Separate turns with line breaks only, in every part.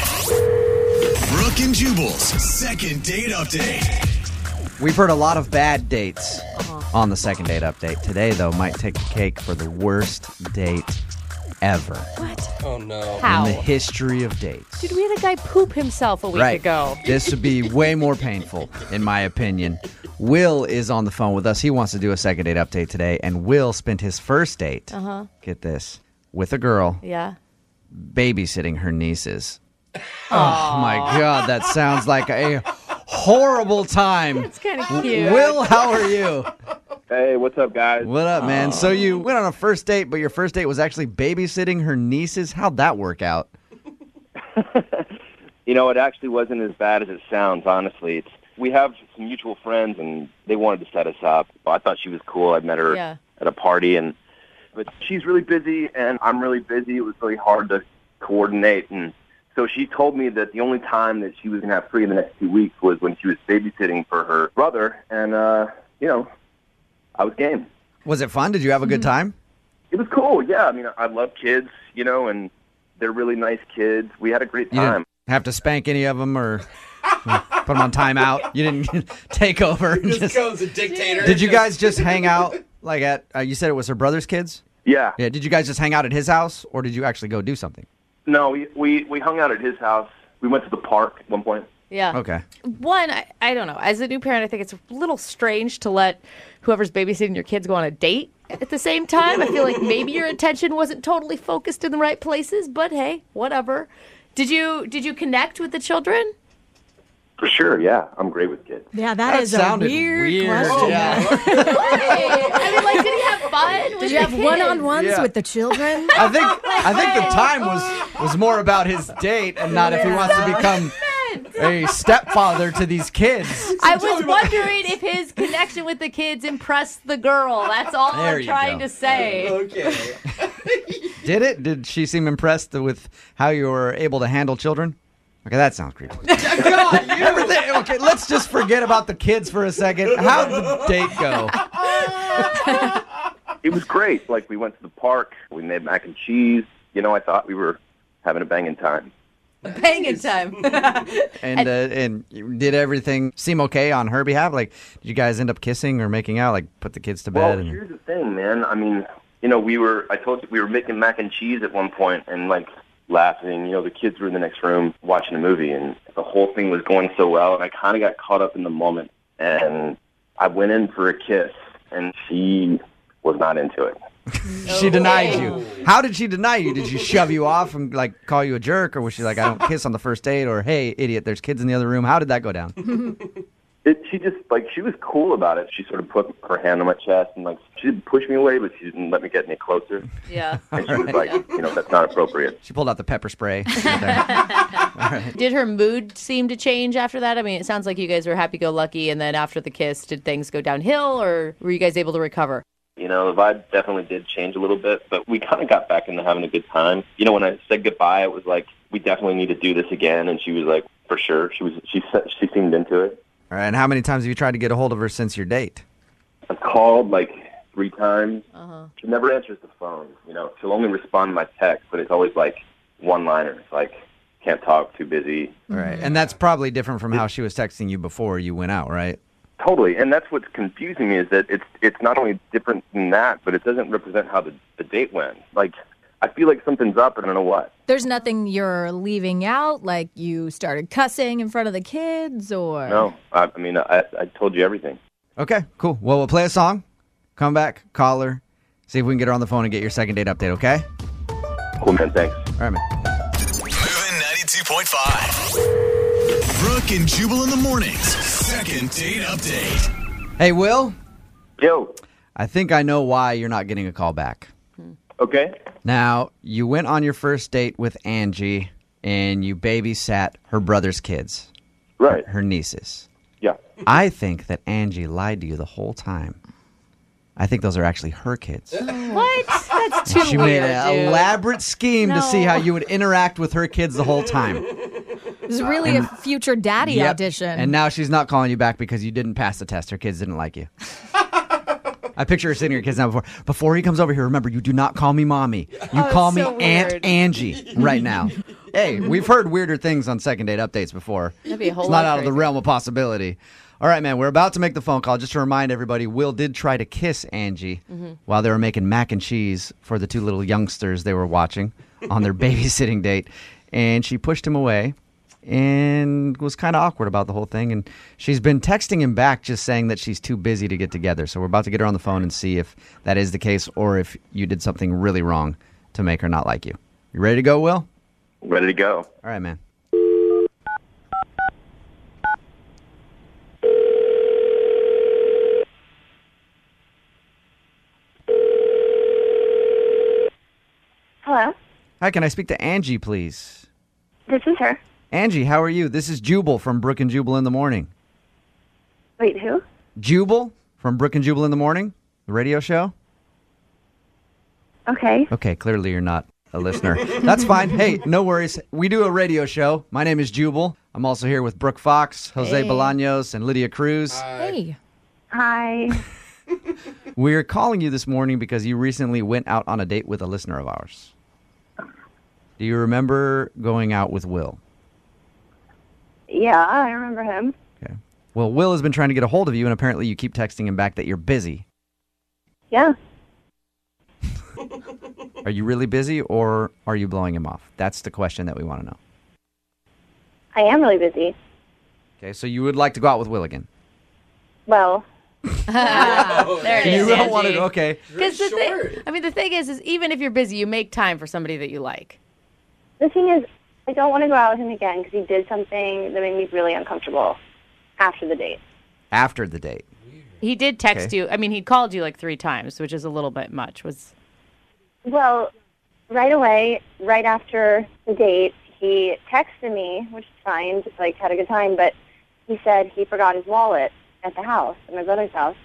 92.5. Brooke and Jubal's second date update.
We've heard a lot of bad dates
Uh-huh.
on the second date update. Today, though, might take the cake for the worst date ever
What?
Oh no.
in
How?
the history of dates.
Dude, we had a guy poop himself a week
right.
ago.
This would be way more painful, in my opinion. Will is on the phone with us. He wants to do a second date update today, and Will spent his first date, uh-huh. get this, with a girl
Yeah.
babysitting her nieces. Oh my God, that sounds like a horrible time.
It's kind of cute.
Will, how are you?
Hey, what's up, guys?
What up, man? So you went on a first date, but your first date was actually babysitting her nieces. How'd that work out?
You know, it actually wasn't as bad as it sounds, honestly. It's, we have some mutual friends, and they wanted to set us up. I thought she was cool. I met her
Yeah.
at a party, and but she's really busy, and I'm really busy. It was really hard to coordinate, and so she told me that the only time that she was going to have free in the next two weeks was when she was babysitting for her brother, and uh, you know, I was game.
Was it fun? Did you have a good
Hmm.
time?
It was cool, yeah. I mean, I love kids, you know, and they're really nice kids. We had a great
You
time.
didn't have to spank any of them or put them on timeout. You didn't take over. and
Just
just-
goes a dictator.
did you guys just hang out like at? Uh, you said it was her brother's kids.
Yeah.
Yeah. Did you guys just hang out at his house, or did you actually go do something?
No, we, we we hung out at his house. We went to the park at one point.
Yeah.
Okay.
One, I, I don't know. As a new parent, I think it's a little strange to let whoever's babysitting your kids go on a date at the same time. I feel like maybe your attention wasn't totally focused in the right places, but hey, whatever. Did you did you connect with the children?
For sure, yeah. I'm great with kids.
Yeah,
That
that is a
sounded
weird,
weird.
question.
Oh, Yeah.
I mean, like, did he have fun?
Did you have one-on-ones
Yeah.
with the children?
I think I think the time was was more about his date and not if he wants to become a stepfather to these kids.
I was wondering if his connection with the kids impressed the girl. That's all
There
I'm
you
trying
go.
to say.
Okay.
Did it? Did she seem impressed with how you were able to handle children? Okay, that sounds creepy.
God, you.
Everything- okay, let's just forget about the kids for a second. How'd the date go?
It was great. Like we went to the park. We made mac and cheese. You know, I thought we were having a banging time.
Banging time.
And uh, and did everything seem okay on her behalf? Like, did you guys end up kissing or making out? Like, put the kids to
Well,
bed? and,
here's the thing, man. I mean, you know, we were. I told you we were making mac and cheese at one point, and like laughing. You know, the kids were in the next room watching a movie, and the whole thing was going so well. And I kind of got caught up in the moment, and I went in for a kiss, and she was not into it.
she denied you. How did she deny you? Did she shove you off and like call you a jerk, or was she like, "I don't kiss on the first date," or "Hey, idiot, there's kids in the other room"? How did that go down?
it, she just like she was cool about it. She sort of put her hand on my chest and like she didn't push me away, but she didn't let me get any closer.
Yeah.
And she was like, you know, that's not appropriate.
She pulled out the pepper spray.
Did her mood seem to change after that? I mean, it sounds like you guys were happy go lucky, and then after the kiss, did things go downhill, or were you guys able to recover?
You know, the vibe definitely did change a little bit, but we kind of got back into having a good time. You know, when I said goodbye, it was like we definitely need to do this again, and she was like, for sure. She was she se- she seemed into it.
All right. And how many times have you tried to get a hold of her since your date?
I called like three times. She never answers the phone. You know, she'll only respond to my text, but it's always like one liners like can't talk, too busy,
All right. And that's probably different from how she was texting you before you went out, right?
Totally, and that's what's confusing me is that it's it's not only different than that, but it doesn't represent how the, the date went. Like, I feel like something's up, and I don't know what.
There's nothing you're leaving out, like you started cussing in front of the kids, or
No, I, I mean, I I told you everything.
Okay, cool. Well, we'll play a song, come back, call her, see if we can get her on the phone and get your second date update, okay?
Cool, man. Thanks.
All right, man.
Moving 92.5. Brooke and Jubal in the mornings. Second date update.
Hey, Will,
Yo,
I think I know why you're not getting a call back.
okay.
Now, you went on your first date with Angie and you babysat her brother's kids,
Right.
her nieces.
Yeah.
I think that Angie lied to you the whole time. I think those are actually her kids.
What? That's too
She made
weird.
an
Oh, dude.
elaborate scheme to see
No.
how you would interact with her kids the whole time.
it was really a future daddy
Yep.
audition.
And now she's not calling you back because you didn't pass the test. Her kids didn't like you. I picture her sitting her kids now before. Before he comes over here, remember, you do not call me mommy. You
Oh, it's
call me
so
Aunt
weird.
Angie right now. hey, we've heard weirder things on second date updates before.
That'd be a whole
it's not
lot
out of the
crazy.
realm of possibility. All right, man, we're about to make the phone call. Just to remind everybody, Will did try to kiss Angie
Mm-hmm.
while they were making mac and cheese for the two little youngsters they were watching on their babysitting date. And she pushed him away and was kind of awkward about the whole thing. And she's been texting him back just saying that she's too busy to get together. So we're about to get her on the phone and see if that is the case or if you did something really wrong to make her not like you. You ready to go, Will?
Ready to go.
All right, man.
Hello,
Hi, can I speak to Angie, please?
this is her.
Angie, how are you? This is Jubal from Brook and Jubal in the Morning.
Wait, who?
Jubal from Brook and Jubal in the Morning, the radio show?
Okay.
Okay, clearly you're not a listener. That's fine. Hey, no worries. We do a radio show. My name is Jubal. I'm also here with Brooke Fox, Jose
Hey.
Bolaños, and Lydia Cruz.
Hey.
Hi.
We're calling you this morning because you recently went out on a date with a listener of ours. Do you remember going out with Will?
Yeah, I remember him.
Okay. Well, Will has been trying to get a hold of you, and apparently you keep texting him back that you're busy.
Yeah.
Are you really busy or are you blowing him off? That's the question that we want to know.
I am really busy.
Okay, so you would like to go out with Will again.
Well,
There it is.
you don't want to okay.
Because the thing, I mean, the thing is, is even if you're busy, you make time for somebody that you like.
the thing is, I don't want to go out with him again because he did something that made me really uncomfortable after the date.
After the date.
He did text
Okay.
you. I mean, he called you like three times, which is a little bit much. Was
Well, right away, right after the date, he texted me, which is fine, just like had a good time, but he said he forgot his wallet at the house, at my brother's house.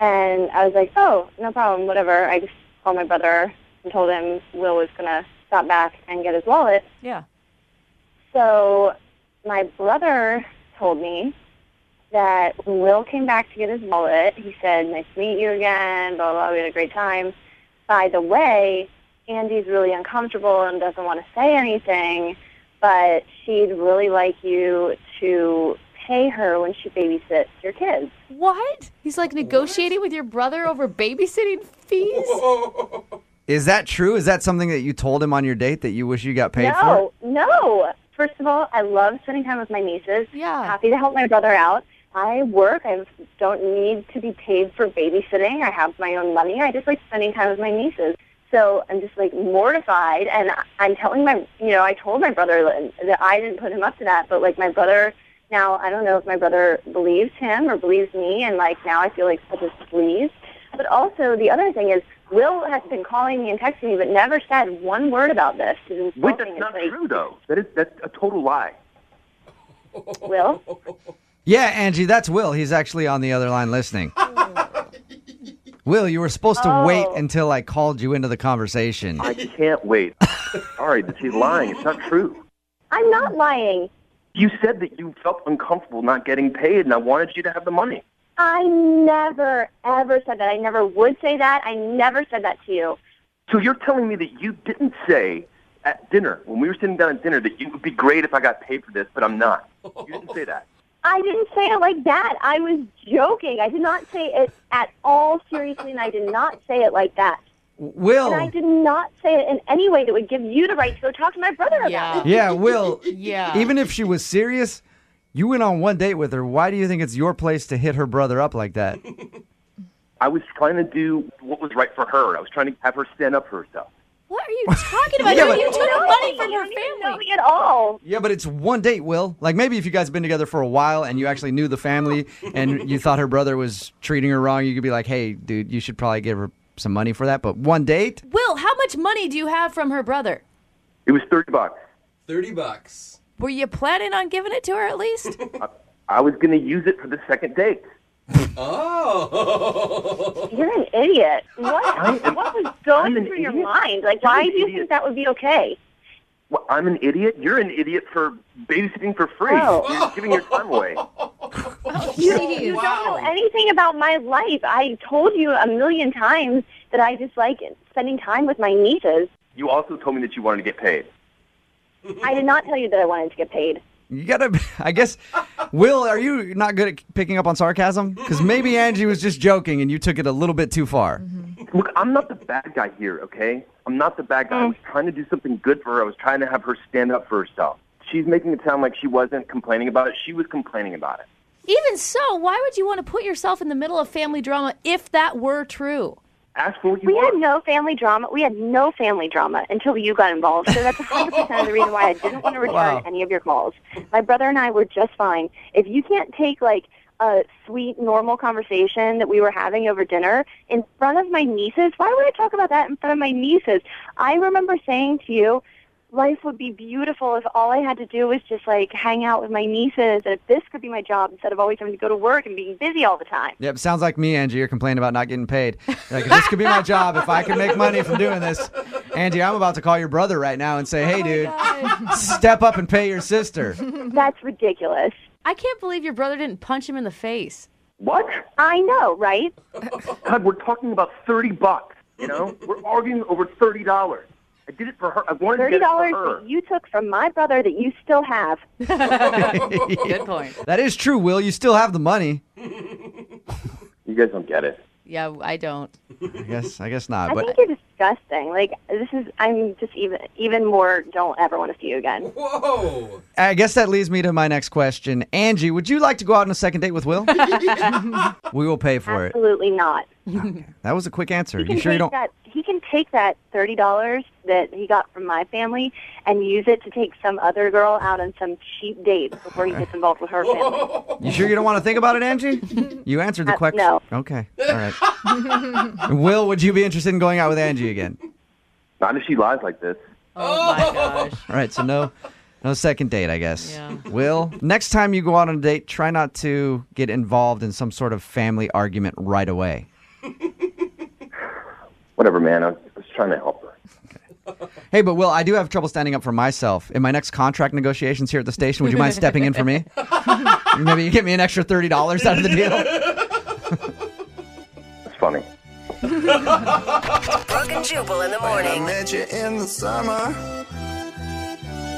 And I was like, oh, no problem, whatever. I just called my brother and told him Will was going to stop back and get his wallet.
yeah.
So my brother told me that when Will came back to get his wallet, he said, nice to meet you again, blah, blah, we had a great time. By the way, Andy's really uncomfortable and doesn't want to say anything, but she'd really like you to pay her when she babysits your kids.
What? He's like negotiating with your brother over babysitting fees.
Is that true? Is that something that you told him on your date that you wish you got paid
no, no. First of all, I love spending time with my nieces.
Yeah.
Happy to help my brother out. I work. I don't need to be paid for babysitting. I have my own money. I just like spending time with my nieces. So I'm just like mortified, and I'm telling my, you know, I told my brother that I didn't put him up to that, but like my brother now, I don't know if my brother believes him or believes me, and like now I feel like such a sleaze. But also the other thing is, Will has been calling me and texting me, but never said one word about this. He's
Wait,
insulting.
that's
It's
not
like,
true though. That is that's a total lie.
Will,
for? Yeah, Angie, that's Will. He's actually on the other line listening. Will, you were supposed to wait
Oh.
until I called you into the conversation.
I can't wait. Sorry, that she's lying. It's not true.
I'm not lying.
You said that you felt uncomfortable not getting paid, and I wanted you to have the money.
I never, ever said that. I never would say that. I never said that to you.
So you're telling me that you didn't say at dinner when we were sitting down at dinner that you would be great if I got paid for this, but I'm not. You didn't say that.
I didn't say it like that. I was joking. I did not say it at all seriously, and I did not say it like that.
Will.
And
Oh.
I did not say it in any way that would give you the right to go talk to my brother about
Yeah.
it.
Yeah, Will.
Yeah.
Even if she was serious, you went on one date with her. Why do you think it's your place to hit her brother up like that?
I was trying to do what was right for her. I was trying to have her stand up for herself.
What are you talking about?
Yeah,
Dude,
but-
you took money from her
You didn't know
family.
me at all.
Yeah, but it's one date, Will. Like maybe if you guys have been together for a while and you actually knew the family and you thought her brother was treating her wrong, you could be like, "Hey, dude, you should probably give her some money for that." But one date?
Will, how much money do you have from her brother?
It was thirty bucks.
30 bucks.
Were you planning on giving it to her at least?
I was going to use it for the second date.
Oh.
You're an idiot. What, what was going
I'm an
through your
idiot.
mind? Like,
I'm
why
an
do you
idiot.
think that would be okay?
Well, I'm an idiot. You're an idiot for babysitting for free.
Oh.
You're giving your time away.
You don't know
wow.
anything about my life. I told you a million times that I just like spending time with my nieces.
You also told me that you wanted to get paid.
I did not tell you that I wanted to get paid.
You gotta, I guess. Will, are you not good at picking up on sarcasm? Because maybe Angie was just joking and you took it a little bit too far.
Look, I'm not the bad guy here, okay? I'm not the bad
Mm.
guy. I was trying to do something good for her. I was trying to have her stand up for herself. She's making it sound like she wasn't complaining about it. She was complaining about it.
Even so, why would you want to put yourself in the middle of family drama if that were true?
Ask for what you
We
want.
had no family drama. We had no family drama until you got involved. So that's 100% of the reason why I didn't want to return
Wow.
any of your calls. My brother and I were just fine. If you can't take like a sweet, normal conversation that we were having over dinner in front of my nieces, why would I talk about that in front of my nieces? I remember saying to you, life would be beautiful if all I had to do was just like hang out with my nieces and if this could be my job instead of always having to go to work and being busy all the time.
Yep, sounds like me, Angie. You're complaining about not getting paid. Like, if this could be my job if I could make money from doing this. Angie, I'm about to call your brother right now and say, hey, dude, step up and pay your sister.
That's ridiculous.
I can't believe your brother didn't punch him in the face.
What?
I know, right?
God, we're talking about 30 bucks, you know? we're arguing over $30. I did it for her. I wanted to
Thirty
get it
dollars
for her.
that you took from my brother that you still have.
Good point.
That is true, Will. You still have the money.
you guys don't get it.
Yeah, I don't.
I guess, I guess not.
I
But
think you're disgusting. Like this is, I'm just even even more. Don't ever want to see you again.
Whoa.
I guess that leads me to my next question. Angie, would you like to go out on a second date with Will? we will pay for it.
Absolutely not.
That was a quick answer.
He can
You sure
take
you don't?
that. He can take that thirty dollars that he got from my family and use it to take some other girl out on some cheap date before he gets involved with her family.
You sure you don't want to think about it, Angie? You answered the
Uh,
question.
no.
Okay. All right. Will, would you be interested in going out with Angie again?
Not if she lies like this.
Oh my gosh.
All right. So no, no second date, I guess.
Yeah.
Will, next time you go out on a date, try not to get involved in some sort of family argument right away.
Whatever, man. I was, I was trying to help her.
Hey, but Will, I do have trouble standing up for myself in my next contract negotiations here at the station. Would you mind stepping in for me? Maybe you get me an extra thirty dollars out of the deal.
It's funny.
Brooke and Jubal in the morning.
met you in the summer.